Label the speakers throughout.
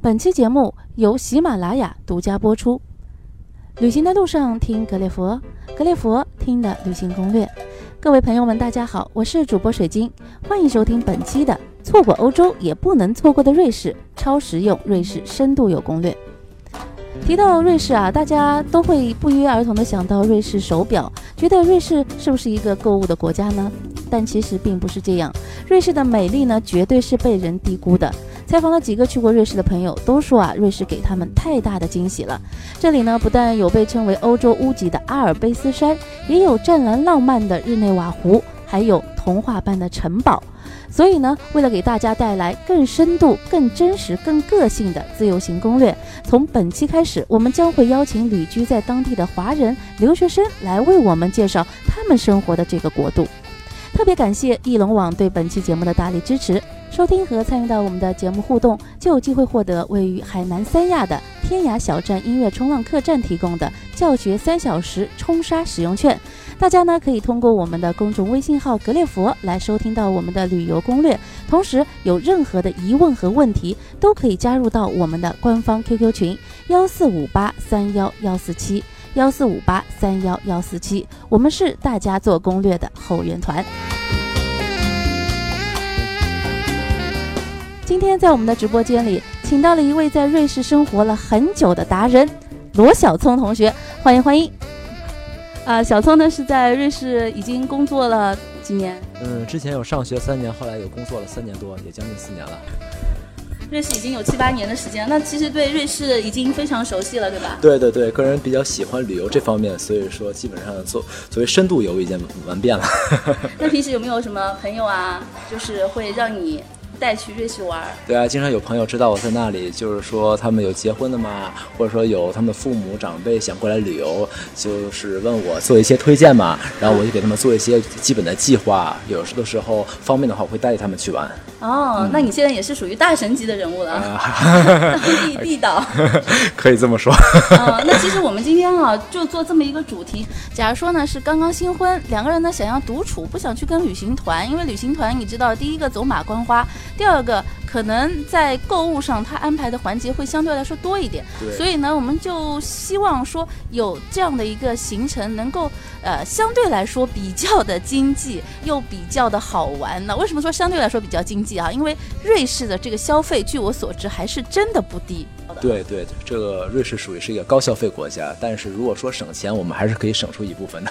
Speaker 1: 本期节目由喜马拉雅独家播出。旅行的路上听格列佛，格列佛听的旅行攻略。各位朋友们，大家好，我是主播水晶，欢迎收听本期的《错过欧洲也不能错过的瑞士超实用瑞士深度游攻略》。提到瑞士啊，大家都会不约而同的想到瑞士手表，觉得瑞士是不是一个购物的国家呢？但其实并不是这样，瑞士的美丽呢，绝对是被人低估的。采访了几个去过瑞士的朋友，都说啊，瑞士给他们太大的惊喜了。这里呢，不但有被称为欧洲屋脊的阿尔卑斯山，也有湛蓝浪漫的日内瓦湖，还有童话般的城堡。所以呢，为了给大家带来更深度、更真实、更个性的自由行攻略，从本期开始，我们将会邀请旅居在当地的华人留学生来为我们介绍他们生活的这个国度。特别感谢翼龙网对本期节目的大力支持。收听和参与到我们的节目互动，就有机会获得位于海南三亚的天涯小站音乐冲浪客栈提供的教学三小时冲沙使用券。大家呢可以通过我们的公众微信号“格列佛”来收听到我们的旅游攻略，同时有任何的疑问和问题都可以加入到我们的官方 QQ 群幺四五八三幺幺四七幺四五八三幺幺四七，我们是大家做攻略的后援团。今天在我们的直播间里，请到了一位在瑞士生活了很久的达人罗小聪同学，欢迎欢迎。啊、小聪呢是在瑞士已经工作了几年，
Speaker 2: 嗯，之前有上学三年，后来有工作了三年多，也将近四年了。
Speaker 1: 瑞士已经有七八年的时间，那其实对瑞士已经非常熟悉了，对吧？
Speaker 2: 对对对，个人比较喜欢旅游这方面，所以说基本上做所谓深度游已经玩遍了。
Speaker 1: 那平时有没有什么朋友啊，就是会让你带去瑞士玩儿？
Speaker 2: 对啊，经常有朋友知道我在那里，就是说他们有结婚的嘛，或者说有他们父母长辈想过来旅游，就是问我做一些推荐嘛，然后我就给他们做一些基本的计划。有时的时候方便的话，我会带着他们去玩。
Speaker 1: 哦，那你现在也是属于大神级的人物了，啊 地地道。
Speaker 2: 可以这么说。
Speaker 1: 啊，那其实我们今天啊，就做这么一个主题。假如说呢是刚刚新婚，两个人呢想要独处，不想去跟旅行团，因为旅行团你知道，第一个走马观花，第二个可能在购物上他安排的环节会相对来说多一点。
Speaker 2: 对
Speaker 1: 所以呢，我们就希望说有这样的一个行程，能够呃相对来说比较的经济，又比较的好玩呢。为什么说相对来说比较经济啊？因为瑞士的这个消费，据我所知还是真的不低。
Speaker 2: 对对，这个瑞士属于是一个高消费国家，但是如果说省钱，我们还是可以省出一部分的。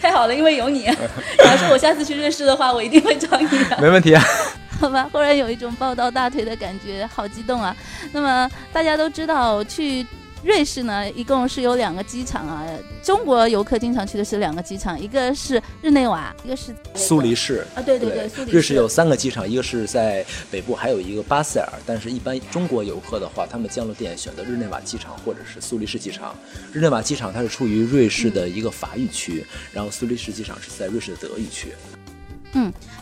Speaker 1: 太好了，因为有 你。假如说我下次去瑞士的话，我一定会找你 的，
Speaker 2: 没问题啊。
Speaker 1: 好吧？忽然有一种抱到大腿的感觉，好激动啊！那么大家都知道，去瑞士呢，一共是有两个机场啊。中国游客经常去的是两个机场，一个是日内瓦，一个是
Speaker 2: 苏黎世。
Speaker 1: 啊，对对对，苏黎
Speaker 2: 瑞士有三个机场，一个是在北部，还有一个巴塞尔。但是，一般中国游客的话，他们降落地点选择日内瓦机场或者是苏黎世机场。日内瓦机场它是处于瑞士的一个法语区，然后苏黎世机场是在瑞士的德语区。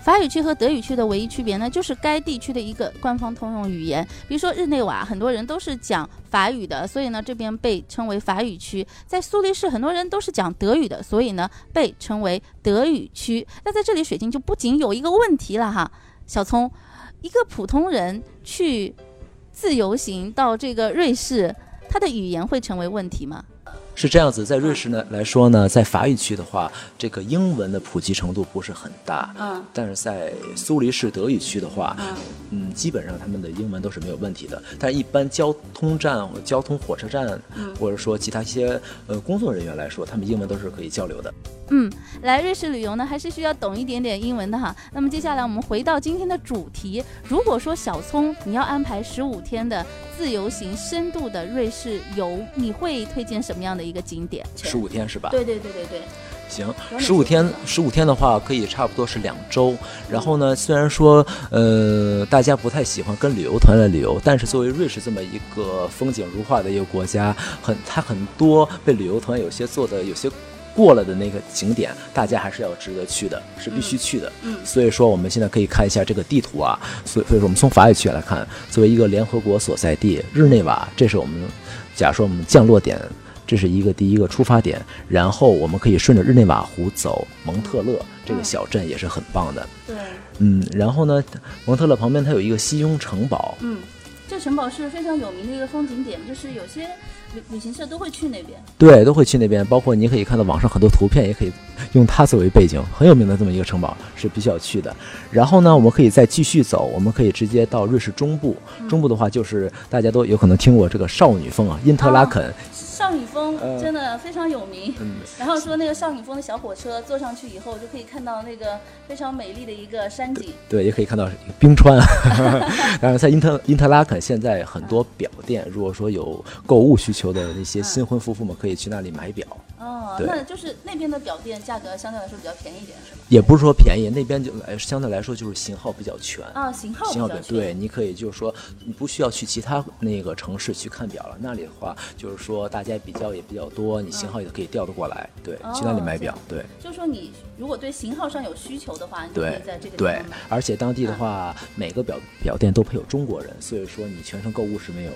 Speaker 1: 法语区和德语区的唯一区别呢，就是该地区的一个官方通用语言。比如说日内瓦，很多人都是讲法语的，所以呢，这边被称为法语区。在苏黎世，很多人都是讲德语的，所以呢，被称为德语区。那在这里，水晶就不仅有一个问题了哈，小聪，一个普通人去自由行到这个瑞士，他的语言会成为问题吗？
Speaker 2: 是这样子，在瑞士呢来说呢，在法语区的话，这个英文的普及程度不是很大。
Speaker 1: 嗯，
Speaker 2: 但是在苏黎世德语区的话
Speaker 1: 嗯，
Speaker 2: 嗯，基本上他们的英文都是没有问题的。但是一般交通站、交通火车站，或者说其他一些呃工作人员来说，他们英文都是可以交流的。
Speaker 1: 嗯，来瑞士旅游呢，还是需要懂一点点英文的哈。那么接下来我们回到今天的主题，如果说小聪你要安排十五天的自由行深度的瑞士游，你会推荐什么样的一个景点？
Speaker 2: 十五天是吧？
Speaker 1: 对对对对对，
Speaker 2: 行，
Speaker 1: 哪
Speaker 2: 十五
Speaker 1: 些
Speaker 2: 天
Speaker 1: 地，
Speaker 2: 十五天的话可以差不多是两周。然后呢，虽然说呃大家不太喜欢跟旅游团来旅游，但是作为瑞士这么一个风景如画的一个国家，很它很多被旅游团有些做的有些。过了的那个景点，大家还是要值得去的，是必须去的。
Speaker 1: 嗯
Speaker 2: 所以说我们现在可以看一下这个地图啊。所以，所以说我们从法语区来看，作为一个联合国所在地日内瓦，这是我们假如说我们降落点，这是一个第一个出发点，然后我们可以顺着日内瓦湖走蒙特勒这个小镇也是很棒的。
Speaker 1: 对，
Speaker 2: 嗯，然后呢，蒙特勒旁边它有一个西庸城堡，
Speaker 1: 嗯，
Speaker 3: 这城堡是非常有名的一个风景点，就是有些旅旅行社都会去那边。
Speaker 2: 对，都会去那边，包括你可以看到网上很多图片，也可以用它作为背景，很有名的这么一个城堡是必须要去的。然后呢，我们可以再继续走，我们可以直接到瑞士中部。中部的话，就是大家都有可能听过这个少女峰啊，因特拉肯。
Speaker 3: 少女峰
Speaker 2: 呃嗯
Speaker 3: 真的非常有名。然后说那个少女峰的小火车坐上去以后，就可以看到那个非常美丽的一个山景。
Speaker 2: 对，也可以看到冰川。啊当然，在因特因特拉肯现在很多表店，如果说有购物需求的那些新婚夫妇们，可以去那里买表。
Speaker 3: 哦，
Speaker 2: 对
Speaker 3: 那就是那边的表店价格相对来说比较便宜一点，是吧？
Speaker 2: 也不是说便宜，那边就来相对来说就是型号比较全。
Speaker 3: 啊，型号比
Speaker 2: 型号
Speaker 3: 较
Speaker 2: 表
Speaker 3: 便宜
Speaker 2: 对，你可以就是说，你不需要去其他那个城市去看表了。那里的话，就是说大家比较也比较多，你型号也可以调得过来。对，去那里
Speaker 3: 嗯哦
Speaker 2: 买
Speaker 3: 这
Speaker 2: 表
Speaker 3: 样，
Speaker 2: 对。
Speaker 3: 就是说你如果对型号上有需求的话，你就可
Speaker 2: 对
Speaker 3: 以在这个地
Speaker 2: 对
Speaker 3: 方买。，嗯
Speaker 2: 而且当地的话，每个表表店都配有中国人，所以说你全程购物是没有。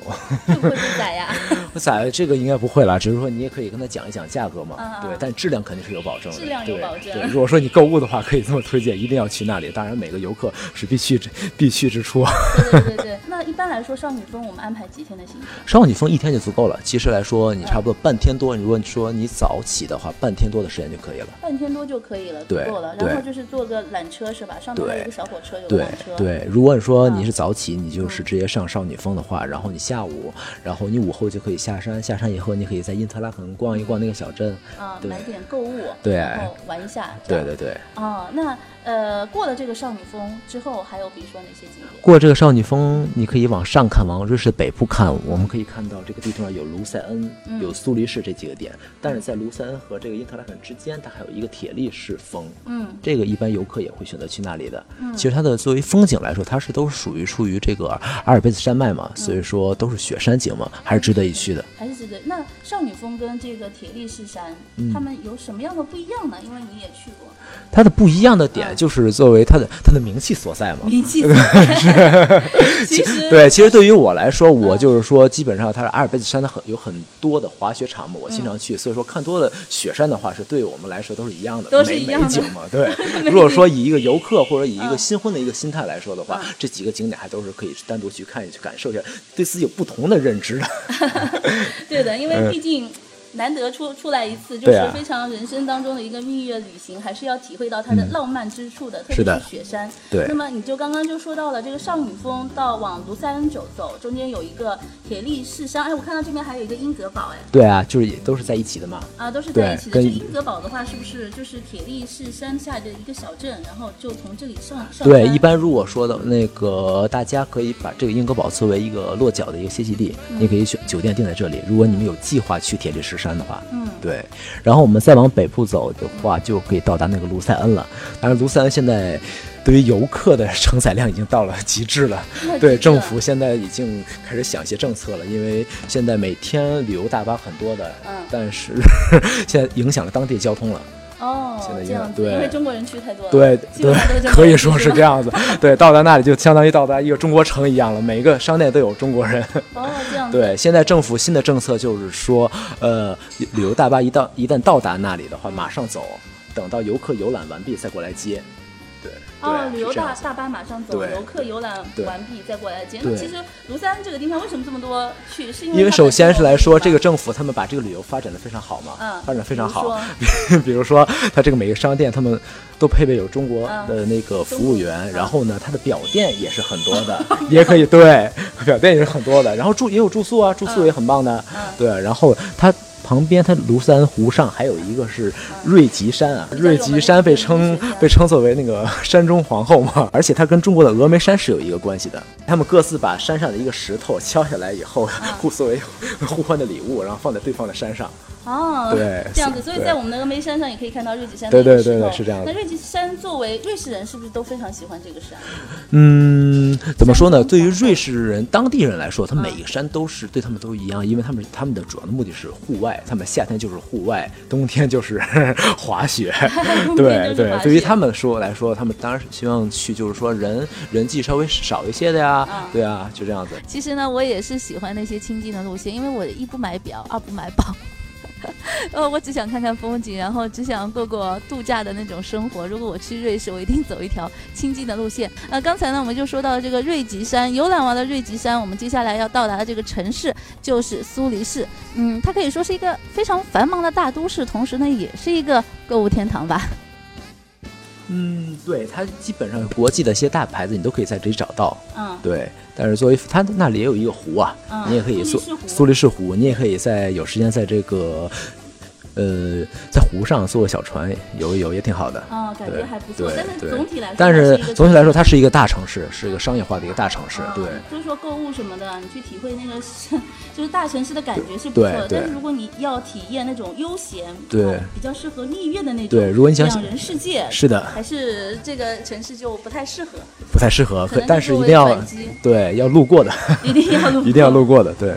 Speaker 3: 会不会被宰 呀？
Speaker 2: 我咋这个应该不会啦，只是说你也可以跟他讲一讲价格嘛，
Speaker 3: 嗯嗯
Speaker 2: 对，但质量肯定是有保证的，
Speaker 3: 质量有
Speaker 2: 对
Speaker 3: 保证
Speaker 2: 对，如果说你购物的话，可以这么推荐，一定要去那里。当然，每个游客是必去之必去之处。啊
Speaker 3: 对对对对。那一般来说，少女峰我们安排几天的行程？
Speaker 2: 少女峰一天就足够了，其实来说你差不多半天多，如果你说你早起的话，半天多的时间就可以了。
Speaker 3: 半天多就可以了，足
Speaker 2: 对
Speaker 3: 够了。
Speaker 2: 对
Speaker 3: 然后就是坐个缆车是吧？上面还有
Speaker 2: 对
Speaker 3: 一个小火车，有个
Speaker 2: 对
Speaker 3: 缆车。
Speaker 2: 对，如果你说你是早起，你就是直接上少女峰的话，然后你下午，然后你午后就可以下山，下山以后你可以在因特拉肯逛一逛那个小镇。
Speaker 3: 啊，
Speaker 2: 对
Speaker 3: 买点购物，
Speaker 2: 对
Speaker 3: 然后玩一下，这
Speaker 2: 对
Speaker 3: 样
Speaker 2: 对对。
Speaker 3: 哦，那呃，过了这个少女峰之后，还有比如说哪些景点？
Speaker 2: 过这个少女峰，你可以往上看，往瑞士的北部看，我们可以看到这个地图上有卢塞恩、
Speaker 3: 嗯
Speaker 2: 有苏黎世这几个点，但是在卢塞恩和这个因特拉肯之间，它还有一个铁力士峰。
Speaker 3: 嗯，
Speaker 2: 这个一般游客也会选择去那里的。其实它的作为风景来说，它是都是属于处于这个阿尔卑斯山脉
Speaker 3: 嗯
Speaker 2: 嘛，所以说都是雪山景嘛，还是值得一去的。
Speaker 3: 还是值得。那少女峰跟这个铁力士山，
Speaker 2: 嗯
Speaker 3: 他们有什么样的不一样呢？因为你也去 过，
Speaker 2: 它的不一样的点就是作为它的它的名气所在嘛，
Speaker 3: 名气 其实
Speaker 2: 对，其实对于我来说，
Speaker 3: 嗯
Speaker 2: 我就是说，基本上它是阿尔卑斯山的很有很多的滑雪场嘛，我
Speaker 3: 嗯
Speaker 2: 经常去，所以说看多了雪山的话，是对我们来说都是一样的，
Speaker 3: 都是
Speaker 2: 美
Speaker 3: 一样的嗯
Speaker 2: 美景 嘛。对，如果说以一个游客或者以一个新婚的一个心态来说的话，这几个景点还都是可以单独去看去感受一下，对自己有不同的认知的。
Speaker 3: 对的，因为毕竟。难得出出来一次，就
Speaker 2: 嗯对
Speaker 3: 是
Speaker 2: 啊
Speaker 3: 非常人生当中的一个蜜月旅行，还是要体会到它的浪漫之处的，特
Speaker 2: 嗯是
Speaker 3: 别
Speaker 2: 的
Speaker 3: 是雪山。
Speaker 2: 对
Speaker 3: 那么你就刚刚就说到了这个少女峰到往卢塞恩走走，中间有一个铁力士山，哎，我看到这边还有一个英格堡，哎，
Speaker 2: 对啊，就是也都是在一起的嘛。
Speaker 3: 啊，都是
Speaker 2: 对
Speaker 3: 在一起的。
Speaker 2: 跟
Speaker 3: 这英格堡的话，是不是就是铁力士山下的一个小镇，然后就从这里上上山？
Speaker 2: 对，一般如果说的那个，大家可以把这个英格堡作为一个落脚的一个歇息地，你可以选酒店定在这里。如果你们有计划去铁力士山的话，
Speaker 3: 嗯
Speaker 2: 对。然后我们再往北部走的话，就可以到达那个卢塞恩了。当然，卢塞恩现在对于游客的承载量已经到了极致了。
Speaker 3: 太
Speaker 2: 对，
Speaker 3: 值得
Speaker 2: 政府现在已经开始想一些政策了，因为现在每天旅游大巴很多的，
Speaker 3: 嗯
Speaker 2: 但是 现在影响了当地交通了。
Speaker 3: 哦
Speaker 2: 现在，
Speaker 3: 这
Speaker 2: 影
Speaker 3: 样
Speaker 2: 响
Speaker 3: 子，
Speaker 2: 对
Speaker 3: 因为中国人去太多了，
Speaker 2: 对
Speaker 3: 基本上都
Speaker 2: 对，
Speaker 3: 是 中国
Speaker 2: 可以
Speaker 3: 人
Speaker 2: 说
Speaker 3: 去
Speaker 2: 是
Speaker 3: 吧
Speaker 2: 这。样子。对，到达那里就相当于到达一个中国城一样了，每一个商店都有中国人。
Speaker 3: 哦，这样子。
Speaker 2: 对，现在政府新的政策就是说，呃，旅游大巴一到一旦到达那里的话，马上走，等到游客游览完毕再过来接。对，
Speaker 3: 哦，
Speaker 2: 对，
Speaker 3: 旅
Speaker 2: 是
Speaker 3: 游
Speaker 2: 这样
Speaker 3: 大
Speaker 2: 子
Speaker 3: 大巴马上走，
Speaker 2: 对
Speaker 3: 游客游览
Speaker 2: 对
Speaker 3: 完毕再过来接。那
Speaker 2: 对
Speaker 3: 其实庐山这个地方为什么这么多去？是因为
Speaker 2: 因为
Speaker 3: 它
Speaker 2: 首
Speaker 3: 本身
Speaker 2: 先是
Speaker 3: 有
Speaker 2: 来说，
Speaker 3: 地
Speaker 2: 这
Speaker 3: 方
Speaker 2: 个政府他们把这个旅游发展的非常好嘛，
Speaker 3: 嗯
Speaker 2: 发展得非常
Speaker 3: 比如
Speaker 2: 好
Speaker 3: 说。
Speaker 2: 比如说，它这个每个商店他们都配备有中国
Speaker 3: 嗯
Speaker 2: 的那个服务员，
Speaker 3: 嗯
Speaker 2: 然后呢，它的表店也是很多的，也可以对，表店也是很多的。然后住也有住宿啊，住宿也很棒的，
Speaker 3: 嗯
Speaker 2: 对。然后它。旁边，它庐山湖上还有一个
Speaker 3: 嗯
Speaker 2: 是瑞吉山啊，
Speaker 3: 较有
Speaker 2: 瑞
Speaker 3: 名
Speaker 2: 吉
Speaker 3: 的
Speaker 2: 山被
Speaker 3: 一个
Speaker 2: 称
Speaker 3: 雪山
Speaker 2: 被称作为那个山中皇后嘛，而且它跟中国的峨眉山是有一个关系的。他们各自把山上的一个石头敲下来以后，
Speaker 3: 嗯
Speaker 2: 互作为互换的礼物，然后放在对方的山上。
Speaker 3: 哦，
Speaker 2: 对
Speaker 3: 这样
Speaker 2: 是
Speaker 3: 子，所以
Speaker 2: 对
Speaker 3: 在我们的峨眉山上也可以看到瑞吉山
Speaker 2: 对
Speaker 3: 的
Speaker 2: 对
Speaker 3: 一个石
Speaker 2: 对对
Speaker 3: 头
Speaker 2: 是这样
Speaker 3: 那
Speaker 2: 的
Speaker 3: 瑞吉山作为瑞士人，是不是都非常喜欢这个山？
Speaker 2: 嗯，怎么说呢？对于瑞士人、当地人来说，他
Speaker 3: 嗯
Speaker 2: 每个山都是对他们都一样，因为他们他们的主要的目的是户外，他们夏天就是户外，冬天就是 滑 雪。
Speaker 3: 冬天
Speaker 2: 对
Speaker 3: 就是
Speaker 2: 对
Speaker 3: 滑，
Speaker 2: 对于
Speaker 3: 雪
Speaker 2: 他们说来说，他们当然是希望去，就是说人人迹稍微少一些的呀，
Speaker 3: 嗯
Speaker 2: 对啊，就这样子。
Speaker 1: 其实呢，我也是喜欢那些清静的路线，因为我一不买表，二不买包，呃，我只想看看风景，然后只想过过度假的那种生活。如果我去瑞士，我一定走一条清静的路线。呃，刚才呢，我们就说到这个瑞吉山，游览完了瑞吉山，我们接下来要到达的这个城市就是苏黎世。嗯，它可以说是一个非常繁忙的大都市，同时呢，也是一个购物天堂吧。
Speaker 2: 嗯，对，它基本上国际的一些大牌子你都可以在这里找到。
Speaker 3: 嗯，
Speaker 2: 对，但是作为它那里也有一个湖啊，
Speaker 3: 嗯
Speaker 2: 你也可以
Speaker 3: 苏黎
Speaker 2: 苏
Speaker 3: 世湖
Speaker 2: 苏黎世湖，你也可以在有时间在这个呃在湖上坐个小船游一游，也挺好的。
Speaker 3: 嗯，感觉
Speaker 2: 对
Speaker 3: 还不错，
Speaker 2: 对
Speaker 3: 但是
Speaker 2: 对
Speaker 3: 总体来说，
Speaker 2: 但
Speaker 3: 是
Speaker 2: 是
Speaker 3: 一个
Speaker 2: 总体来说，它是一个大城市，是一个商业化的一个大城市。对，
Speaker 3: 嗯就是说购物什么的，你去体会那个 是就是大城市的感觉是不错
Speaker 2: 对
Speaker 3: 的。
Speaker 2: 对
Speaker 3: 但是如果你要体验那种悠闲，
Speaker 2: 对
Speaker 3: 啊比较适合蜜月的那种，
Speaker 2: 对如果你想
Speaker 3: 两人世界，
Speaker 2: 是的，
Speaker 3: 还是这个城市就不太适合，
Speaker 2: 不太适合，
Speaker 3: 可
Speaker 2: 可
Speaker 3: 能
Speaker 2: 但
Speaker 3: 就是
Speaker 2: 一
Speaker 3: 作
Speaker 2: 定
Speaker 3: 为
Speaker 2: 要
Speaker 3: 转机
Speaker 2: 对要路过的，
Speaker 3: 一定 要路
Speaker 2: 一定要路过的，对。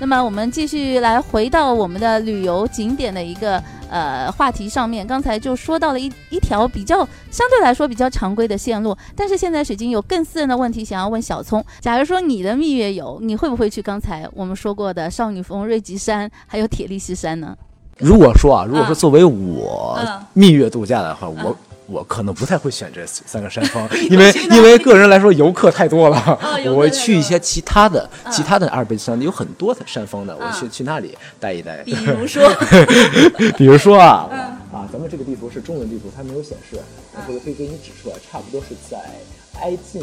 Speaker 1: 那么我们继续来回到我们的旅游景点的一个呃话题上面，刚才就说到了一一条比较相对来说比较常规的线路，但是现在水晶有更私人的问题想要问小聪。假如说你的蜜月游，你会不会去刚才我们说过的少女峰、瑞吉山还有铁力士山呢？
Speaker 2: 如果说啊，如果说
Speaker 3: 嗯
Speaker 2: 作为我
Speaker 3: 嗯
Speaker 2: 蜜月度假的话，
Speaker 3: 嗯
Speaker 2: 我我可能不太会选这三个山 峰，因为因为个人来说游客太多了
Speaker 3: 哦，游客
Speaker 2: 我会
Speaker 3: 太
Speaker 2: 去
Speaker 3: 多
Speaker 2: 一些其他的
Speaker 3: 嗯
Speaker 2: 其他的阿尔卑斯山，有很多山峰的，我
Speaker 3: 嗯
Speaker 2: 去去那里待一待。
Speaker 3: 比如嗯说，
Speaker 2: 比如说啊啊，咱们这个地图是中文地图，它没有显示，我可以可以给你指出来，差不多是在挨近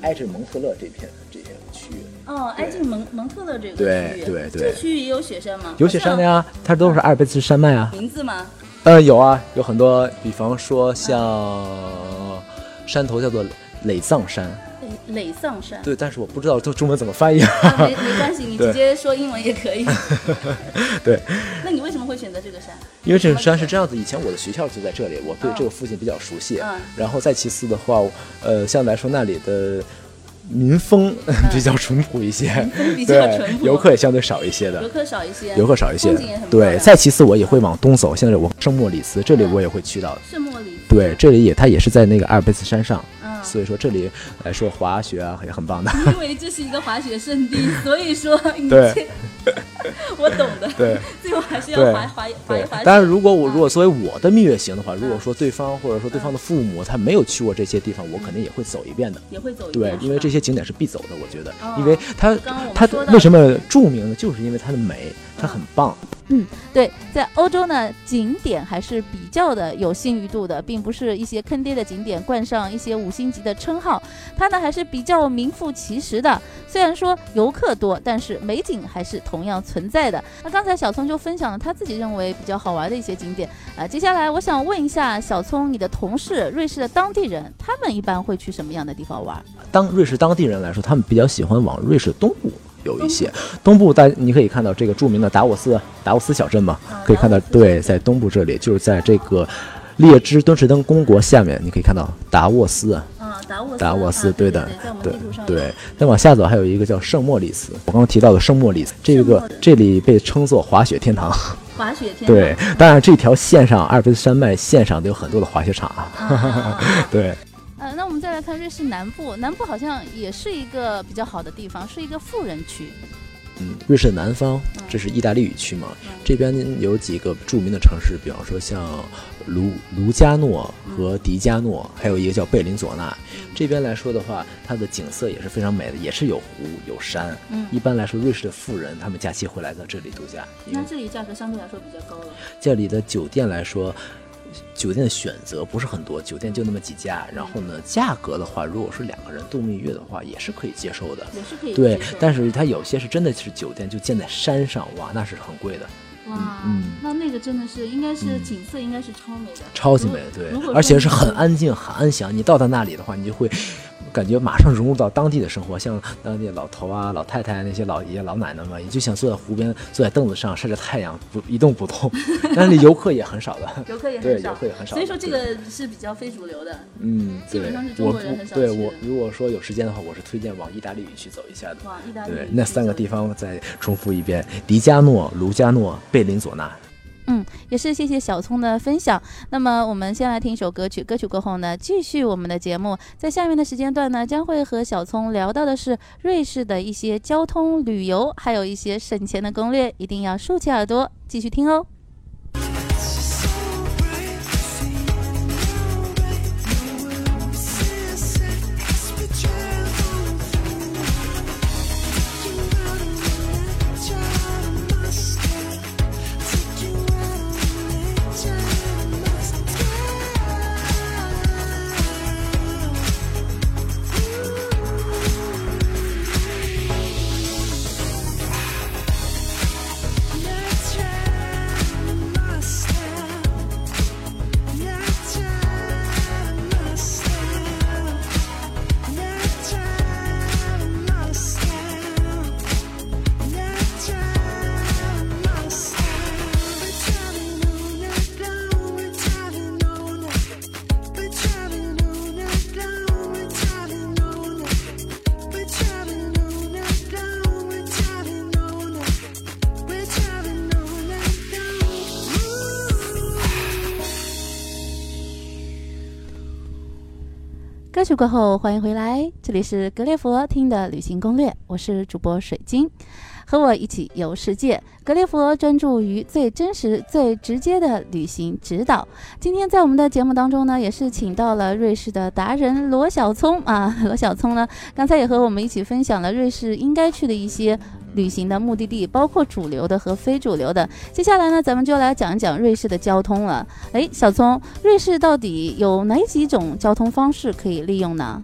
Speaker 2: 挨着蒙特勒这片这片区域。
Speaker 3: 哦，挨近蒙蒙特勒这个
Speaker 2: 对
Speaker 3: 区域，
Speaker 2: 对对
Speaker 3: 这区域也有雪山吗？
Speaker 2: 有雪山的呀，它都是阿尔卑斯山脉啊
Speaker 3: 好。像，名字吗？
Speaker 2: 嗯，有啊，有很多，比方说像山头叫做累藏山，
Speaker 3: 垒垒丧山。
Speaker 2: 对，但是我不知道这中文怎么翻译啊。
Speaker 3: 啊没没关系，你直
Speaker 2: 对
Speaker 3: 接说英文也可以。
Speaker 2: 对，
Speaker 3: 那你为什么会选择这个山？
Speaker 2: 因为这个山是这样子，以前我的学校就在这里，我对这个附近比较熟悉。
Speaker 3: 嗯
Speaker 2: 然后再其次的话，呃，相对来说那里的民风 比较淳朴一些，
Speaker 3: 嗯 风比较淳
Speaker 2: 对，
Speaker 3: 朴
Speaker 2: 游客也相对少一些的
Speaker 3: 游。客少一些，
Speaker 2: 游客少一些
Speaker 3: 风
Speaker 2: 的
Speaker 3: 景也很，漂
Speaker 2: 对。
Speaker 3: 亮
Speaker 2: 再其次，我也会往东走，现在我圣莫里斯这里我也会去到的，
Speaker 3: 圣莫里斯，
Speaker 2: 对，这里也它也是在那个阿尔卑斯山上，
Speaker 3: 嗯，
Speaker 2: 所以说这里来说滑雪啊也很棒的。
Speaker 3: 因为这是一个滑雪圣 地，所以说你
Speaker 2: 对
Speaker 3: 这， 我懂的。
Speaker 2: 对，
Speaker 3: 最后还是要
Speaker 2: 对
Speaker 3: 滑滑滑一
Speaker 2: 对
Speaker 3: 滑，雪。
Speaker 2: 当然，如果我如果
Speaker 3: 嗯
Speaker 2: 作为我的蜜月行的话，如果说对方或者说对方的父母他没有去过这些地方，我肯定也会走一遍的。
Speaker 3: 也会走一
Speaker 2: 对
Speaker 3: 遍，，
Speaker 2: 因为这
Speaker 3: 些
Speaker 2: 些景点是必走的，我觉得
Speaker 3: 嗯哦，
Speaker 2: 因为它
Speaker 3: 刚刚我们
Speaker 2: 它
Speaker 3: 说到嗯
Speaker 2: 为什么著名呢？就是因为它的美，它很棒。
Speaker 1: 对，在欧洲呢，景点还是比较的有信誉度的，并不是一些坑爹的景点冠上一些五星级的称号，它呢还是比较名副其实的。虽然说游客多，但是美景还是同样存在的。那刚才小聪就分享了他自己认为比较好玩的一些景点啊、接下来我想问一下小聪，你的同事瑞士的当地人，他们一般会去什么样的地方玩？
Speaker 2: 当瑞士当地人来说，他们比较喜欢往瑞士东部有一些。东部大你可以看到这个著名的达沃斯达沃斯小镇嘛
Speaker 3: 啊，
Speaker 2: 可以看到
Speaker 3: 达沃斯
Speaker 2: 对，在东部这里就是在这个列支敦士登公国下面，你可以看到达沃斯。
Speaker 3: 啊，达沃斯，
Speaker 2: 达沃斯，
Speaker 3: 啊对
Speaker 2: 的
Speaker 3: 对，在我，们
Speaker 2: 对
Speaker 3: 地图上有
Speaker 2: 对。再往下走还有一个叫圣莫里斯，我刚刚提到的圣莫里斯，这
Speaker 3: 圣莫
Speaker 2: 个
Speaker 3: 里斯
Speaker 2: 这里被称作滑雪天堂。
Speaker 3: 滑雪天堂
Speaker 2: 对，当然这条线上阿尔卑斯山脉线上都有很多的滑雪场啊。
Speaker 3: 啊啊啊啊
Speaker 2: 对，
Speaker 1: 呃，那我们再来看瑞士南部，南部好像也是一个比较好的地方，是一个富人区。
Speaker 2: 嗯，瑞士的南方，这是意大利语区嘛，这边有几个著名的城市，比方说像卢卢加诺和迪加诺，还有一个叫贝林佐纳。这边来说的话，它的景色也是非常美的，也是有湖有山。
Speaker 3: 嗯
Speaker 2: 一般来说，瑞士的富人他们假期会来到这里度假，因为
Speaker 3: 那这里价格相对来说比较高了，
Speaker 2: 这里的酒店来说，酒店的选择不是很多，酒店就那么几家。然后呢，价格的话，如果是两个人度蜜月的话，也是可以接受的。
Speaker 3: 也是可以
Speaker 2: 对
Speaker 3: 接受，
Speaker 2: 但是它有些是真的是酒店就建在山上，哇，那是很贵的，
Speaker 3: 哇
Speaker 2: 嗯，
Speaker 3: 那那个真的是应该是
Speaker 2: 嗯
Speaker 3: 景色应该是超美的，
Speaker 2: 超级美，
Speaker 3: 嗯如
Speaker 2: 对
Speaker 3: 如果，说
Speaker 2: 而且是
Speaker 3: 你
Speaker 2: 很安静、很安详。你到达那里的话，你就会感觉马上融入到当地的生活，像当地的老头啊、老太太那些老爷爷、老奶奶们，也就想坐在湖边、坐在凳子上晒着太阳，不一动 不动。但是游客也很少的，
Speaker 3: 游客也
Speaker 2: 对
Speaker 3: 很少，
Speaker 2: 游客也很少
Speaker 3: 所以说这
Speaker 2: 对
Speaker 3: 个是比较非主流的。
Speaker 2: 嗯，
Speaker 3: 基
Speaker 2: 对，
Speaker 3: 本上是中
Speaker 2: 我
Speaker 3: 国人
Speaker 2: 不
Speaker 3: 很少
Speaker 2: 对
Speaker 3: 去
Speaker 2: 我
Speaker 3: 的
Speaker 2: 如果说有时间的话，我是推荐往意大利语区走一下的。
Speaker 3: 哇，意大利
Speaker 2: 对，那三个地方再重复一遍：迪加诺、卢加诺、贝林佐纳。
Speaker 1: 嗯，也是谢谢小聪的分享。那么我们先来听一首歌曲，歌曲过后呢，继续我们的节目。在下面的时间段呢，将会和小聪聊到的是瑞士的一些交通、旅游，还有一些省钱的攻略，一定要竖起耳朵继续听哦。歌曲过后，欢迎回来，这里是格列佛听的旅行攻略，我是主播水晶，和我一起游世界。格列佛专注于最真实、最直接的旅行指导。今天在我们的节目当中呢，也是请到了瑞士的达人罗小聪啊， 罗小聪呢，刚才也和我们一起分享了瑞士应该去的一些旅行的目的地，包括主流的和非主流的。接下来呢，咱们就来讲一讲瑞士的交通了。哎，小聪，瑞士到底有哪几种交通方式可以利用呢？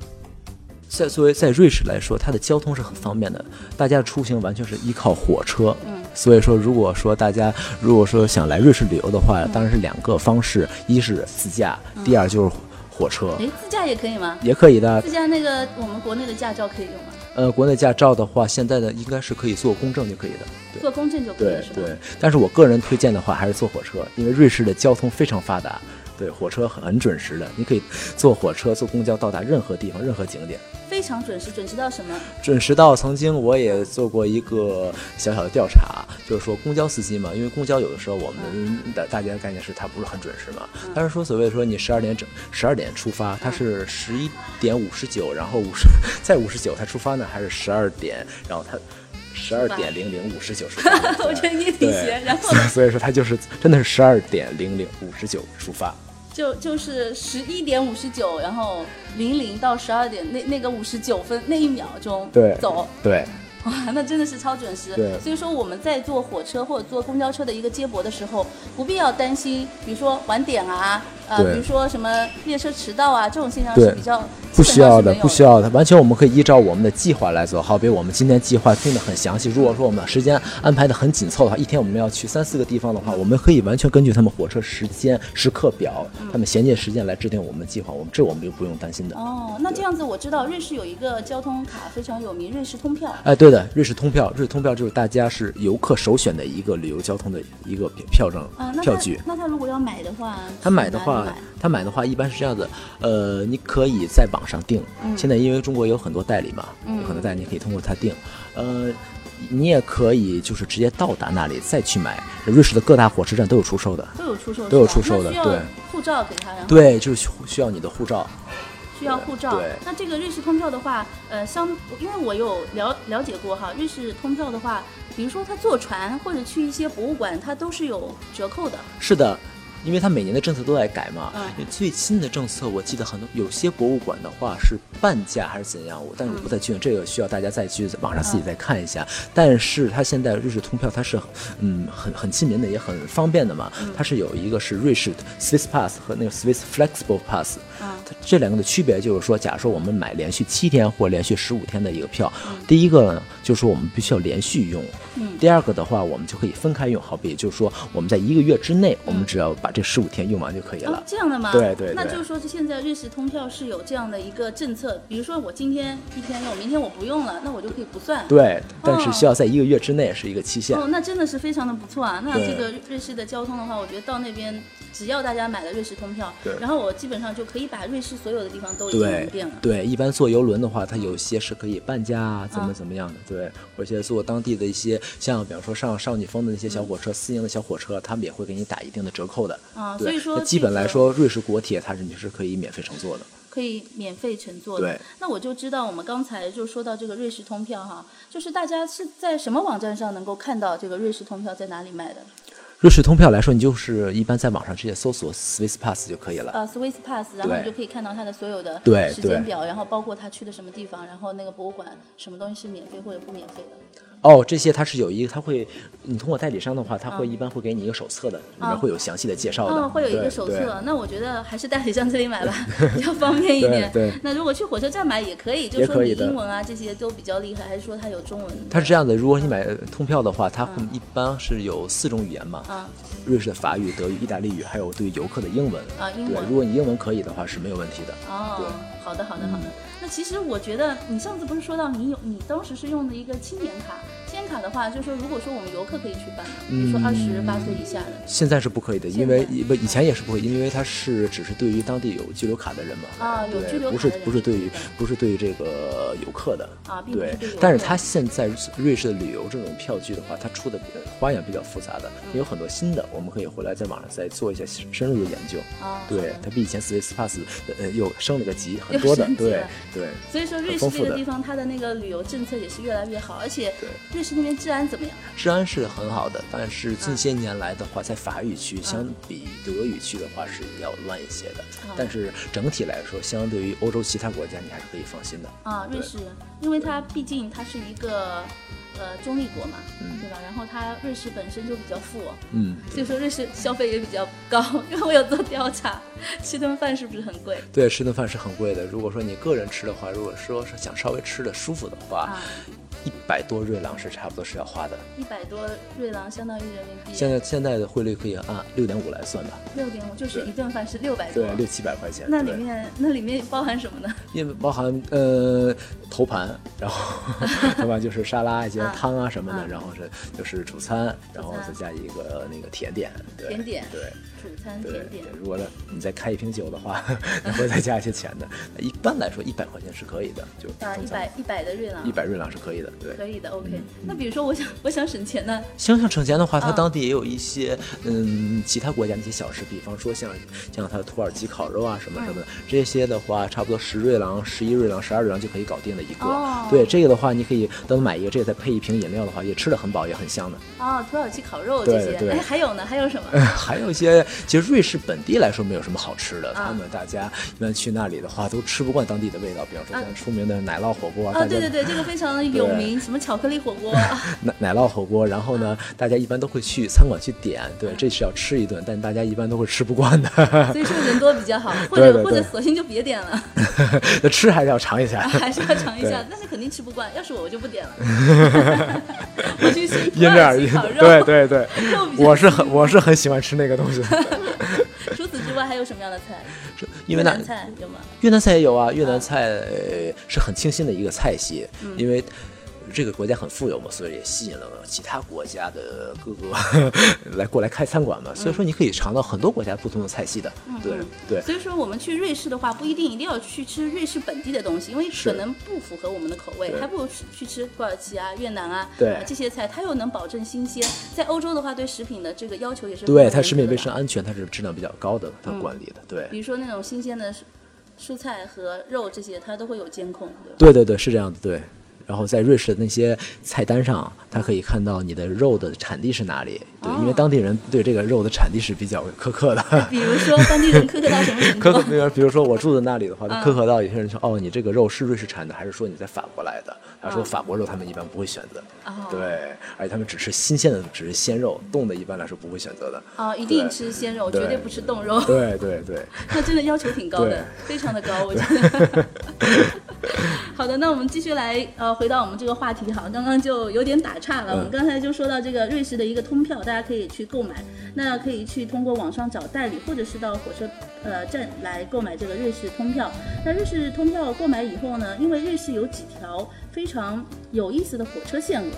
Speaker 2: 在作为在瑞士来说，它的交通是很方便的，大家出行完全是依靠火车。
Speaker 3: 嗯，
Speaker 2: 所以说，如果说大家如果说想来瑞士旅游的话，当然是两个方式，一是自驾，第二就是火车，
Speaker 3: 哎，自驾也可以吗？
Speaker 2: 也可以的。
Speaker 3: 自驾那个我们国内的驾照可以用吗？
Speaker 2: 呃，国内驾照的话，现在的应该是可以做公证就可以的。对
Speaker 3: 做公证就可以
Speaker 2: 对
Speaker 3: 是吧？
Speaker 2: 对，但是我个人推荐的话还是坐火车，因为瑞士的交通非常发达，对火车很准时的，你可以坐火车、坐公交到达任何地方、任何景点。
Speaker 3: 非常准时，准时到什么？，
Speaker 2: 准时到，曾经我也做过一个小小的调查，就是说公交司机嘛，因为公交有的时候我们大大家的概念是它不是很准时嘛，但是说所谓说你十二点整十二点出发，它是十一点五十九，然后五十 再五十九它出发呢，还是十二点，然后它十二点零零五十九出发
Speaker 3: 我觉得你也挺
Speaker 2: 对
Speaker 3: 闲，然后
Speaker 2: 所以所以说它就是真的是十二点零零五十九出发。
Speaker 3: 就就是十一点五十九，然后零零到十二点那那个五十九分那一秒钟
Speaker 2: 对
Speaker 3: 走，
Speaker 2: 对，
Speaker 3: 哇， 那真的是超准时。
Speaker 2: 对
Speaker 3: 所以说我们在坐火车或者坐公交车的一个接驳的时候，不必要担心，比如说晚点啊，呃，
Speaker 2: 对
Speaker 3: 比如说什么列车迟到啊，这种现象
Speaker 2: 对
Speaker 3: 是比较
Speaker 2: 不需要的，不需。
Speaker 3: 基本上是没有
Speaker 2: 要的，完全我们可以依照我们的计划来走。好比我们今天计划定的很详细，如果说我们时间安排的很紧凑的话，一天我们要去三四个地方的话，我们可以完全根据他们火车时间时刻表，
Speaker 3: 嗯
Speaker 2: 他们衔接时间来制定我们的计划。我们这我们就不用担心的。
Speaker 3: 哦，那这样子我知道，瑞士有一个交通卡非常有名，瑞士通票。
Speaker 2: 哎，对的，瑞士通票，瑞士通票就是大家是游客首选的一个旅游交通的一个票证、
Speaker 3: 啊，那
Speaker 2: 票
Speaker 3: 他
Speaker 2: 据。
Speaker 3: 那他如果要买的话，
Speaker 2: 他买的
Speaker 3: 去哪里
Speaker 2: 话
Speaker 3: 买，
Speaker 2: 他买的话一般是这样子，呃，你可以在网上订。现在因为中国有很多代理嘛，有很多代理你可以通过它订。呃，你也可以就是直接到达那里再去买。瑞士的各大火车站都有出售的。
Speaker 3: 都有出售，
Speaker 2: 都有
Speaker 3: 是吧
Speaker 2: 出售
Speaker 3: 那
Speaker 2: 的
Speaker 3: 需要
Speaker 2: 对
Speaker 3: 护照给他，然后
Speaker 2: 对，就是需需要你的护照。
Speaker 3: 需要护照
Speaker 2: 对对。
Speaker 3: 那这个瑞士通票的话，呃，相因为我有了了解过哈，瑞士通票的话，比如说他坐船或者去一些博物馆，它都是有折扣的。
Speaker 2: 是的，因为它每年的政策都在改嘛。
Speaker 3: 嗯
Speaker 2: 最新的政策我记得很多，有些博物馆的话是半价还是怎样，我但是我不太确定，这个需要大家再去网上自己再看一下。但是它现在瑞士通票它是嗯很很亲民的，也很方便的嘛。它是有一个是瑞士 Swiss Pass 和那个 Swiss Flexible Pass，、
Speaker 3: 嗯
Speaker 2: 它这两个的区别就是说，假如说我们买连续七天或连续十五天的一个票，第一个呢就是说我们必须要连续用，第二个的话我们就可以分开用，好比就是说我们在一个月之内，我们只要把这十五天用完就可以了。
Speaker 3: 哦，这样的吗？
Speaker 2: 对对
Speaker 3: 那
Speaker 2: 对
Speaker 3: 就是说，现在瑞士通票是有这样的一个政策，比如说我今天一天用，明天我不用了，那我就可以不算。。
Speaker 2: 对，但是需要在一个月
Speaker 3: 哦
Speaker 2: 之内是一个期限。
Speaker 3: 哦，那真的是非常的不错啊！那
Speaker 2: 对
Speaker 3: 这个瑞士的交通的话，我觉得到那边只要大家买了瑞士通票
Speaker 2: 对，
Speaker 3: 然后我基本上就可以把瑞士所有的地方都已经
Speaker 2: 对
Speaker 3: 遍了。
Speaker 2: 对，一般坐游轮的话，它有些是可以半价啊，怎么怎么样的，对，而且坐当地的一些像比方说上少女峰的那些小火车，私营的小火车，他们也会给你打一定的折扣的。
Speaker 3: 啊，所
Speaker 2: 对
Speaker 3: 以，说
Speaker 2: 那基本
Speaker 3: 这
Speaker 2: 来
Speaker 3: 个
Speaker 2: 说，瑞士国铁它是你是可以免费乘坐的。
Speaker 3: 可以免费乘坐的
Speaker 2: 对。
Speaker 3: 那我就知道我们刚才就说到这个瑞士通票哈，就是大家是在什么网站上能够看到这个瑞士通票在哪里买的？
Speaker 2: 瑞士通票来说，你就是一般在网上直接搜索 Swiss Pass 就可以了。
Speaker 3: 呃，Swiss Pass，然后
Speaker 2: 对
Speaker 3: 你就可以看到它的所有的
Speaker 2: 对
Speaker 3: 时
Speaker 2: 对
Speaker 3: 间表，然后包括他去的什么地方，然后那个博物馆什么东西是免费或者不免费的。
Speaker 2: 哦，这些它是有一个，它会你通过代理商的话，它会
Speaker 3: 嗯
Speaker 2: 一般会给你一个手册的，里
Speaker 3: 啊
Speaker 2: 面会有详细的介绍的。
Speaker 3: 嗯，会有一个
Speaker 2: 对
Speaker 3: 手
Speaker 2: 对
Speaker 3: 册。那我觉得还是代理商这里买吧， 比较方便一点。
Speaker 2: 对对
Speaker 3: 那如果去火车站买也可以，就
Speaker 2: 也
Speaker 3: 说
Speaker 2: 可
Speaker 3: 你
Speaker 2: 以的
Speaker 3: 英文啊这些都比较厉害，还是说它有中文？
Speaker 2: 它是这样的，如果你买呃通票的话，它
Speaker 3: 嗯
Speaker 2: 会一般是有四种语言嘛，
Speaker 3: 啊
Speaker 2: 瑞士的法语、德语、意大利语，还有对游客的英文。
Speaker 3: 啊，英
Speaker 2: 对
Speaker 3: 文，。
Speaker 2: 如果你英文可以的话是没有问题的。
Speaker 3: 哦
Speaker 2: 对，嗯
Speaker 3: 好的，好的，好的。那其实我觉得，你上次不是说到你有，你当时是用的一个青年卡。青年卡的话，就是说，如果说我们游客可以去办，比
Speaker 2: 嗯
Speaker 3: 如说二十八岁以下的
Speaker 2: 现在是不可以的，
Speaker 3: 现
Speaker 2: 因为
Speaker 3: 在
Speaker 2: 以不以前也是不会，因为它是只是对于当地有居留卡的人嘛。
Speaker 3: 啊有
Speaker 2: 对
Speaker 3: 居留
Speaker 2: 不
Speaker 3: 卡
Speaker 2: 是
Speaker 3: 的人
Speaker 2: 不是对于
Speaker 3: 对
Speaker 2: 不是对于这个游客的。
Speaker 3: 啊，并不
Speaker 2: 对
Speaker 3: 是对游客，
Speaker 2: 但是它现在瑞士的旅游这种票据的话，它出的花样比较复杂的，
Speaker 3: 嗯
Speaker 2: 也有很多新的，我们可以回来在网上再做一下深入的研究。
Speaker 3: 啊，好
Speaker 2: 对
Speaker 3: 的，
Speaker 2: 它比以前 Swiss Pass 呃又升了个级，很
Speaker 3: 又
Speaker 2: 多的
Speaker 3: 升，级
Speaker 2: 对
Speaker 3: 了
Speaker 2: 对。
Speaker 3: 所以说瑞士
Speaker 2: 很丰
Speaker 3: 这
Speaker 2: 富
Speaker 3: 个
Speaker 2: 的
Speaker 3: 地方，它的那个旅游政策也是越来越好，而且
Speaker 2: 对
Speaker 3: 瑞士那边治安怎么样？
Speaker 2: 治安是很好的，但是近些年来的话，在法语区相比德语区的话是要乱一些的，但是整体来说，相对于欧洲其他国家，你还是可以放心的。
Speaker 3: 啊，瑞
Speaker 2: 对
Speaker 3: 士，因为它毕竟它是一个呃中立国嘛，
Speaker 2: 嗯
Speaker 3: 对吧？然后它瑞士本身就比较富、哦
Speaker 2: 嗯，
Speaker 3: 所以说瑞士消费也比较高， 因为我有做调查，吃顿饭是不是很贵
Speaker 2: 对，吃顿饭是很贵的。如果说你个人吃的话，如果说是想稍微吃的舒服的话，
Speaker 3: 啊？
Speaker 2: 一百多瑞郎是差不多是要花的。
Speaker 3: 一百多瑞郎相当于人民币
Speaker 2: 现在现在的汇率可以按六点五来算吧，
Speaker 3: 六点五，就是
Speaker 2: 对
Speaker 3: 一顿饭是六百多
Speaker 2: 对，。六七百块钱。
Speaker 3: 那里
Speaker 2: 对
Speaker 3: 面那里面包含什么呢？
Speaker 2: 因为包含呃头盘，然后 头盘就是沙拉、一些
Speaker 3: 啊
Speaker 2: 汤啊什么
Speaker 3: 啊
Speaker 2: 的，然后是就是主餐，然后
Speaker 3: 餐
Speaker 2: 再加一个那个甜点，对
Speaker 3: 甜点
Speaker 2: 对。
Speaker 3: 主餐
Speaker 2: 对
Speaker 3: 甜，
Speaker 2: 对
Speaker 3: 点。
Speaker 2: 如果呢你再开一瓶酒的 话，你会再加一些钱的。一般来说，一百块钱是可以的，就
Speaker 3: 啊，一百一百的瑞郎，
Speaker 2: 一百瑞嗯郎是可以的。对，
Speaker 3: 可以的，OK。那比如说我想我想省钱呢，
Speaker 2: 想想省钱的话，它
Speaker 3: 啊
Speaker 2: 当地也有一些嗯其他国家的一些小吃，比方说像像它的土耳其烤肉啊什么
Speaker 3: 嗯
Speaker 2: 什么的，这些的话差不多十瑞郎、十一瑞郎、十二瑞郎就可以搞定的一个。
Speaker 3: 哦
Speaker 2: 对这个的话，你可以单独买一个，这个再配一瓶饮料的话，也吃的很饱，也 很香的。
Speaker 3: 啊，土耳其烤肉这
Speaker 2: 对
Speaker 3: 些，
Speaker 2: 对
Speaker 3: 哎，还有呢，还有 什么？
Speaker 2: 还有一些，其实瑞士本地来说没有什么好吃的，
Speaker 3: 啊
Speaker 2: 他们大家一般去那里的话都吃不惯当地的味道，比方说
Speaker 3: 啊
Speaker 2: 像出名的奶酪火锅
Speaker 3: 啊，
Speaker 2: 大
Speaker 3: 对
Speaker 2: 家
Speaker 3: 对对，这个非常有名，什么巧克力火锅啊，
Speaker 2: 奶奶酪火锅，然后呢，
Speaker 3: 嗯
Speaker 2: 大家一般都会去餐馆去点，对，这是要吃一顿，但大家一般都会吃不惯的。
Speaker 3: 所以说人多比较好，或
Speaker 2: 对
Speaker 3: 者
Speaker 2: 对
Speaker 3: 或者
Speaker 2: 对
Speaker 3: 索性就别点了，
Speaker 2: 那吃还是要尝一下
Speaker 3: 啊，还是要尝一下
Speaker 2: 对，
Speaker 3: 但是肯定吃不惯，要是我我就不点 了， 我去吃土
Speaker 2: 因这
Speaker 3: 耳
Speaker 2: 而
Speaker 3: 其
Speaker 2: 异
Speaker 3: 烤。肉，
Speaker 2: 对对对，
Speaker 3: 肉比较
Speaker 2: 我是很我是很喜欢吃那个东西的，
Speaker 3: 除此之外还有什么样的菜？
Speaker 2: 是 因为
Speaker 3: 越
Speaker 2: 那
Speaker 3: 南菜有吗？
Speaker 2: 越南菜也有啊，越南菜呃是很清新的一个菜系，
Speaker 3: 嗯
Speaker 2: 因为。这个国家很富有嘛，所以也吸引了其他国家的各个 来过来开餐馆嘛，所以说你可以尝到很多国家不同的菜系的，对
Speaker 3: 嗯
Speaker 2: 对，
Speaker 3: 所以说我们去瑞士的话，不一定一定要去吃瑞士本地的东西，因为
Speaker 2: 是
Speaker 3: 可能不符合我们的口味，
Speaker 2: 对
Speaker 3: 还不如去去吃土耳其啊、越南啊
Speaker 2: 对
Speaker 3: 啊这些菜，它又能保证新鲜。在欧洲的话，对食品的这个要求也是
Speaker 2: 对
Speaker 3: 非常
Speaker 2: 它食品
Speaker 3: 严格的
Speaker 2: 卫生安全它是质量比较高的，它管理的，对，
Speaker 3: 嗯比如说那种新鲜的蔬蔬菜和肉这些，它都会有监控，对吧？
Speaker 2: 对对对，是这样的，对。然后在瑞士的那些菜单上，它可以看到你的肉的产地是哪里。对，因为当地人对这个肉的产地是比较苛刻的。
Speaker 3: 比如说当地人 苛刻到什么程
Speaker 2: 苛
Speaker 3: 度？
Speaker 2: 刻，比如比如说我住的那里的话，他苛刻到有些人说，哦，你这个肉是瑞士产的，还是说你在法国来的？他说
Speaker 3: 嗯
Speaker 2: 法国肉他们一般不会选择，
Speaker 3: 哦
Speaker 2: 对，而且他们只吃新鲜的，只是鲜肉，冻的一般来说不会选择的。
Speaker 3: 啊，一定
Speaker 2: 对
Speaker 3: 吃鲜肉，
Speaker 2: 对
Speaker 3: 绝对不吃冻肉。
Speaker 2: 对对对，
Speaker 3: 那真的要求挺高的
Speaker 2: 对，
Speaker 3: 非常的高，我觉 得。好的，那我们继续来呃，回到我们这个话题哈，刚刚就有点打岔了。
Speaker 2: 嗯
Speaker 3: 我们刚才就说到这个瑞士的一个通票，大家可以去购买，那可以去通过网上找代理，或者是到火车呃站来购买这个瑞士通票。那瑞士通票购买以后呢，因为瑞士有几条非常有意思的火车线路。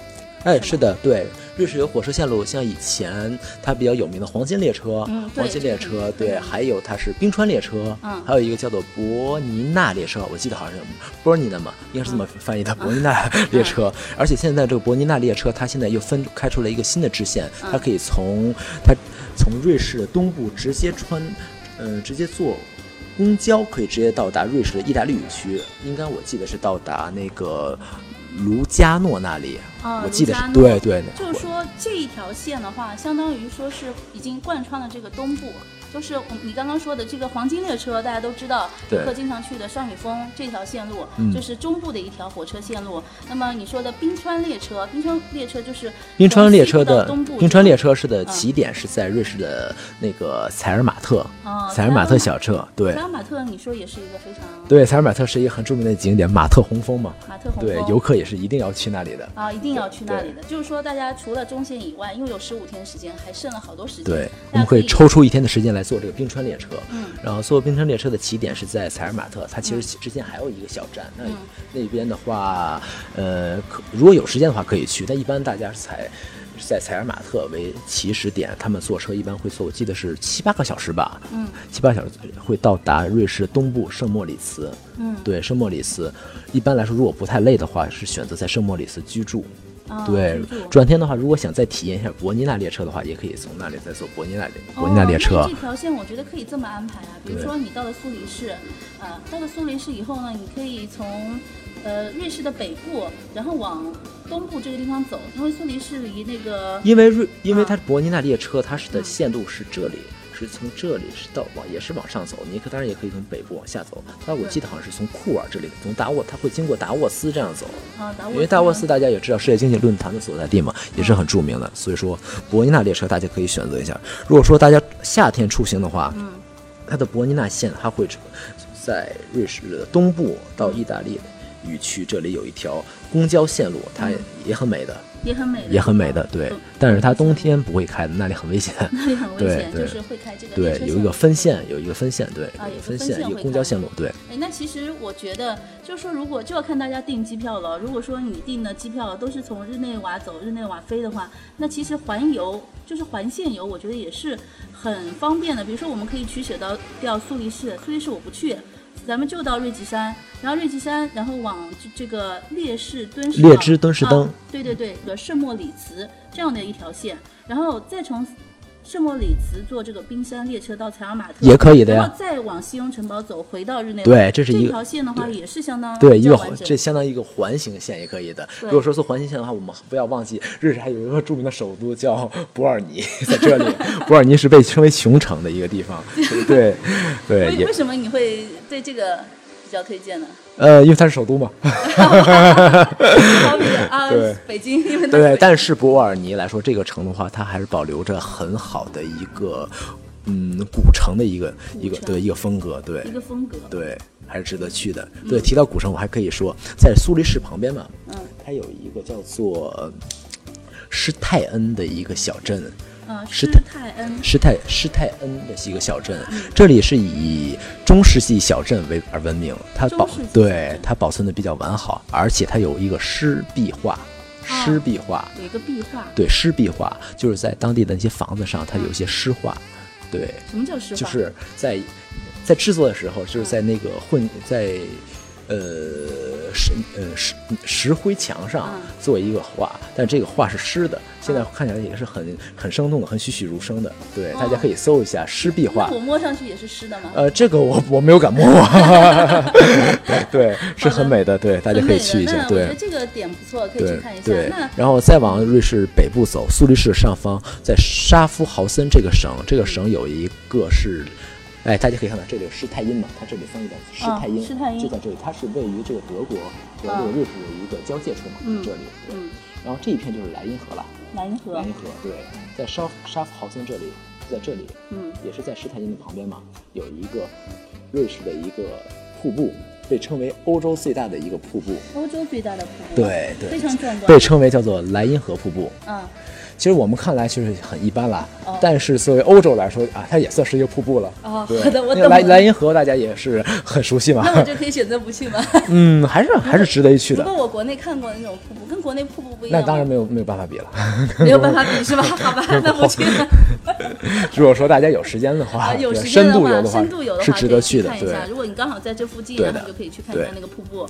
Speaker 2: 哎，
Speaker 3: 吗
Speaker 2: 是的，对，瑞士有火车线路，像以前它比较有名的黄金列车，
Speaker 3: 嗯对
Speaker 2: 黄金列车，
Speaker 3: 这个
Speaker 2: 对，还有它是冰川列车，
Speaker 3: 嗯
Speaker 2: 还有一个叫做伯尼纳列车，我记得好像是伯尼纳嘛，应该是这
Speaker 3: 嗯
Speaker 2: 么翻译的，伯尼纳列车。 而且现在这个伯尼纳列车，它现在又分开出了一个新的支线，它
Speaker 3: 嗯
Speaker 2: 可以从它从瑞士的东部直接穿，嗯、直接坐。公交可以直接到达瑞士的意大利语区，应该我记得是到达那个卢加诺那里，
Speaker 3: 啊，
Speaker 2: 我
Speaker 3: 卢
Speaker 2: 记得是
Speaker 3: 加诺
Speaker 2: 对对，那
Speaker 3: 就是说这一条线的话，相当于说是已经贯穿了这个东部，就是我你刚刚说的这个黄金列车，大家都知道，
Speaker 2: 对
Speaker 3: 游客经常去的上雨峰这条线路，
Speaker 2: 嗯
Speaker 3: 就是中部的一条火车线路。那么你说的冰川列车，冰川列车就是
Speaker 2: 冰川
Speaker 3: 从西
Speaker 2: 列
Speaker 3: 部
Speaker 2: 车
Speaker 3: 到
Speaker 2: 的
Speaker 3: 东部，
Speaker 2: 冰川列车是的
Speaker 3: 嗯
Speaker 2: 起点是在瑞士的那个采尔马特，
Speaker 3: 啊，
Speaker 2: 采尔马特小镇，对
Speaker 3: 采尔马特，你说也是一个非常
Speaker 2: 对，采尔马特是一个很著名的景点，马特洪峰嘛，
Speaker 3: 马特洪峰
Speaker 2: 对，游客也是一定要去那里的。
Speaker 3: 啊，一定要去那里的。就是说，大家除了中线以外，因为有十五天时间，还剩了好多时间。
Speaker 2: 对，我
Speaker 3: 大家
Speaker 2: 们可
Speaker 3: 可
Speaker 2: 以抽出一天的时间来坐这个冰川列车，
Speaker 3: 嗯
Speaker 2: 然后坐冰川列车的起点是在采尔马特，它其实之前还有一个小站，那、
Speaker 3: 嗯
Speaker 2: 那边的话，呃，可如果有时间的话可以去，但一般大家是采是在采尔马特为起始点，他们坐车一般会坐，我记得是七八个小时吧，
Speaker 3: 嗯
Speaker 2: 七八小时会到达瑞士东部圣莫里茨。
Speaker 3: 嗯，
Speaker 2: 对，圣莫里茨，一般来说，如果不太累的话，是选择在圣莫里茨居住。
Speaker 3: 啊
Speaker 2: 对
Speaker 3: 记住，
Speaker 2: 转天的话，如果想再体验一下伯尼纳列车的话，也可以从那里再坐伯尼纳列伯尼纳列车。
Speaker 3: 哦、那这条线我觉得可以这么安排啊，比如
Speaker 2: 对
Speaker 3: 说你到了苏黎世，呃，到了苏黎世以后呢，你可以从呃瑞士的北部，然后往东部这个地方走，因为苏黎世离那个
Speaker 2: 因为瑞，因为它
Speaker 3: 啊
Speaker 2: 伯尼纳列车，它是的
Speaker 3: 嗯
Speaker 2: 线路是这里，是从这里是到往也是往上走，你可当然也可以从北部往下走。但我
Speaker 3: 对
Speaker 2: 记得好像是从库尔这里，从达沃，它会经过达沃斯这样走。
Speaker 3: 啊达沃斯，
Speaker 2: 因为达沃斯大家也知道世界经济论坛的所在地嘛，也是很著名的，所以说伯尼纳列车大家可以选择一下。如果说大家夏天出行的话，
Speaker 3: 嗯
Speaker 2: 它的伯尼纳线它会在瑞士的东部到
Speaker 3: 嗯
Speaker 2: 意大利语区这里有一条公交线路，它
Speaker 3: 嗯
Speaker 2: 也很美的，
Speaker 3: 也很美的，
Speaker 2: 也很 美的，对
Speaker 3: 嗯。
Speaker 2: 但是它冬天不会开的，那里很危险。
Speaker 3: 那里很危
Speaker 2: 对
Speaker 3: 险，
Speaker 2: 对
Speaker 3: 就是会开这个列
Speaker 2: 对
Speaker 3: 车，
Speaker 2: 有
Speaker 3: 线
Speaker 2: 一个分线，有一个分线，对，
Speaker 3: 啊
Speaker 2: 有一
Speaker 3: 有
Speaker 2: 个
Speaker 3: 个分
Speaker 2: 分线，
Speaker 3: 线
Speaker 2: 一个
Speaker 3: 会
Speaker 2: 公交
Speaker 3: 开
Speaker 2: 线路，对。
Speaker 3: 哎，那其实我觉得，就是说，如果就要看大家订机票了。如果说你订的机票都是从日内瓦走、日内瓦飞的话，那其实环游就是环线游，我觉得也是很方便的。比如说，我们可以取舍到掉苏黎世，苏黎世我不去，咱们就到瑞吉山，然后瑞吉山，然后往这这个列士敦士
Speaker 2: 列
Speaker 3: 岛
Speaker 2: 支敦士登
Speaker 3: 啊，对对对，和圣莫里茨这样的一条线，然后再从。圣莫里茨坐这个冰山列车到采尔马特
Speaker 2: 也可以的呀
Speaker 3: 然后再往西庸城堡走，回到日内瓦。
Speaker 2: 对这是一个
Speaker 3: 条线的话，也是相当
Speaker 2: 对，
Speaker 3: 比
Speaker 2: 一
Speaker 3: 较
Speaker 2: 个
Speaker 3: 嗯完整
Speaker 2: 这相当于一个环形线也可以的。
Speaker 3: 对
Speaker 2: 如果说做环形线的话，我们不要忘记，瑞士还有一个著名的首都叫伯尔尼，在这 里，伯尔尼是被称为熊城的一个地方。对，对，
Speaker 3: 为
Speaker 2: 也
Speaker 3: 为什么你会对这个比较推荐呢？
Speaker 2: 呃，因为它是首都嘛。
Speaker 3: 好比啊
Speaker 2: 对，
Speaker 3: 北京，因为它
Speaker 2: 对
Speaker 3: 是，
Speaker 2: 但是伯尔尼来说，这个城的话，它还是保留着很好的一个，嗯，古城的一个一
Speaker 3: 古
Speaker 2: 个
Speaker 3: 城
Speaker 2: 对一个风格，对
Speaker 3: 一个风格。
Speaker 2: 对，还是值得去的。对，提到古城，我还可以说，在苏黎世旁边嘛，
Speaker 3: 嗯
Speaker 2: 它有一个叫做呃施泰恩的一个小镇，
Speaker 3: 嗯，
Speaker 2: 是
Speaker 3: 施
Speaker 2: 的
Speaker 3: 泰恩
Speaker 2: 施泰施泰恩的一个小镇，
Speaker 3: 嗯
Speaker 2: 这里是以中世纪小镇为而闻名，它保
Speaker 3: 中世纪小镇
Speaker 2: 对它保存的比较完好，而且它有一个湿壁画，
Speaker 3: 啊
Speaker 2: 湿壁画。
Speaker 3: 有一个壁画，
Speaker 2: 对湿壁画，就是在当地的那些房子上，它有一些
Speaker 3: 嗯
Speaker 2: 诗画，对，
Speaker 3: 什么叫诗画？
Speaker 2: 就是在在制作的时候，就是在那个
Speaker 3: 嗯
Speaker 2: 混在呃石呃石石灰墙上
Speaker 3: 嗯
Speaker 2: 做一个画，但这个画是湿的，现在
Speaker 3: 嗯
Speaker 2: 看起来也是很很生动的，很栩栩如生的。对，
Speaker 3: 哦
Speaker 2: 大家可以搜一下湿壁画
Speaker 3: 那。我摸上去也是湿的吗？
Speaker 2: 呃，这个我我没有敢摸， 对，是很美的，对，大家可以去一
Speaker 3: 很
Speaker 2: 下，
Speaker 3: 美的那我觉得。
Speaker 2: 对
Speaker 3: 这个点不错，可以
Speaker 2: 对
Speaker 3: 去看一下。
Speaker 2: 对
Speaker 3: 那，
Speaker 2: 然后再往瑞士北部走，苏黎世上方，在沙夫豪森这个省，这个省
Speaker 3: 嗯
Speaker 2: 有一个是，哎，大家可以看到这里有施泰因嘛，它这里翻译的施泰因，
Speaker 3: 啊施泰因
Speaker 2: 就在这里，它是位于这个德国和这个
Speaker 3: 啊
Speaker 2: 瑞士有一个交界处嘛，
Speaker 3: 嗯
Speaker 2: 这里，对
Speaker 3: 嗯，
Speaker 2: 然后这一片就是莱茵河了，
Speaker 3: 莱茵河
Speaker 2: 莱，茵河，对，在沙沙夫豪森这里，在这里，
Speaker 3: 嗯，
Speaker 2: 也是在施泰因的旁边嘛，有一个瑞士的一个瀑布，被称为欧洲最大的一个瀑布，
Speaker 3: 欧洲最大的瀑布，
Speaker 2: 对对
Speaker 3: 非常壮观。
Speaker 2: 被称为叫做莱茵河瀑布。
Speaker 3: 嗯，
Speaker 2: 其实我们看来就是很一般啦，
Speaker 3: 哦
Speaker 2: 但是作为欧洲来说啊，它也算是一个瀑布了。
Speaker 3: 哦
Speaker 2: 对，
Speaker 3: 好的我
Speaker 2: 那
Speaker 3: 懂
Speaker 2: 莱
Speaker 3: 了
Speaker 2: 莱茵河大家也是很熟悉嘛
Speaker 3: 那，我就可以选择不去吗？
Speaker 2: 嗯，还是还是值得一去
Speaker 3: 如
Speaker 2: 的
Speaker 3: 果。我国内看过那种瀑布，跟国内瀑布不一样
Speaker 2: 那
Speaker 3: 吗，
Speaker 2: 当然没有没有办法比了。
Speaker 3: 没有办 法比是吧？好吧， 那我去。
Speaker 2: 如果说大家有时间的话，
Speaker 3: 啊，有
Speaker 2: 对
Speaker 3: 时间
Speaker 2: 深
Speaker 3: 的
Speaker 2: 度
Speaker 3: 话，
Speaker 2: 游的话
Speaker 3: 深度游的话
Speaker 2: 是值得
Speaker 3: 可以去
Speaker 2: 去的
Speaker 3: 看，一
Speaker 2: 对
Speaker 3: 下。如果你刚好在这附近，
Speaker 2: 对
Speaker 3: 然后
Speaker 2: 的
Speaker 3: 你就可以去看一下
Speaker 2: 对
Speaker 3: 那个瀑布。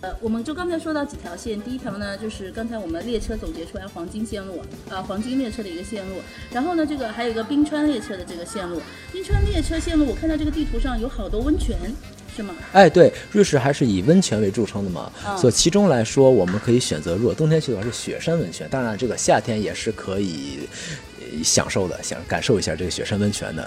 Speaker 3: 呃，我们就刚才说到几条线，第一条呢就是刚才我们列车总结出来黄金线路，呃，黄金列车的一个线路。然后呢，这个还有一个冰川列车的这个线路。冰川列车线路，我看到这个地图上有好多温泉，是吗？
Speaker 2: 哎，对，瑞士还是以温泉为著称的嘛，
Speaker 3: 嗯
Speaker 2: 所以其中来说，我们可以选择，如果冬天去的话是雪山温泉，当然这个夏天也是可以呃享受的，想感受一下这个雪山温泉的。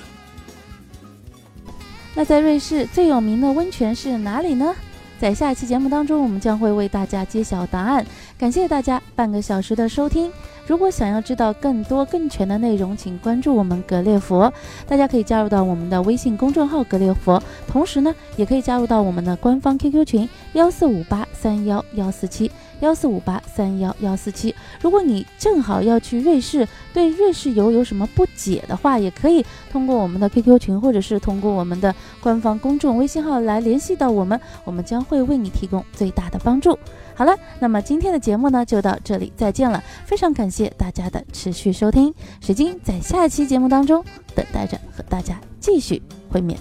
Speaker 1: 那在瑞士最有名的温泉是哪里呢？在下一期节目当中，我们将会为大家揭晓答案。感谢大家半个小时的收听。如果想要知道更多更全的内容，请关注我们格列佛。大家可以加入到我们的微信公众号“格列佛”，同时呢，也可以加入到我们的官方 QQ 群幺四五八三幺幺四七幺四五八三幺幺四七。如果你正好要去瑞士，对瑞士游有什么不解的话，也可以通过我们的 QQ 群，或者是通过我们的官方公众微信号来联系到我们，我们将会为你提供最大的帮助。好了，那么今天的节目呢就到这里，再见了！非常感谢大家的持续收听，水晶在下一期节目当中等待着和大家继续会面，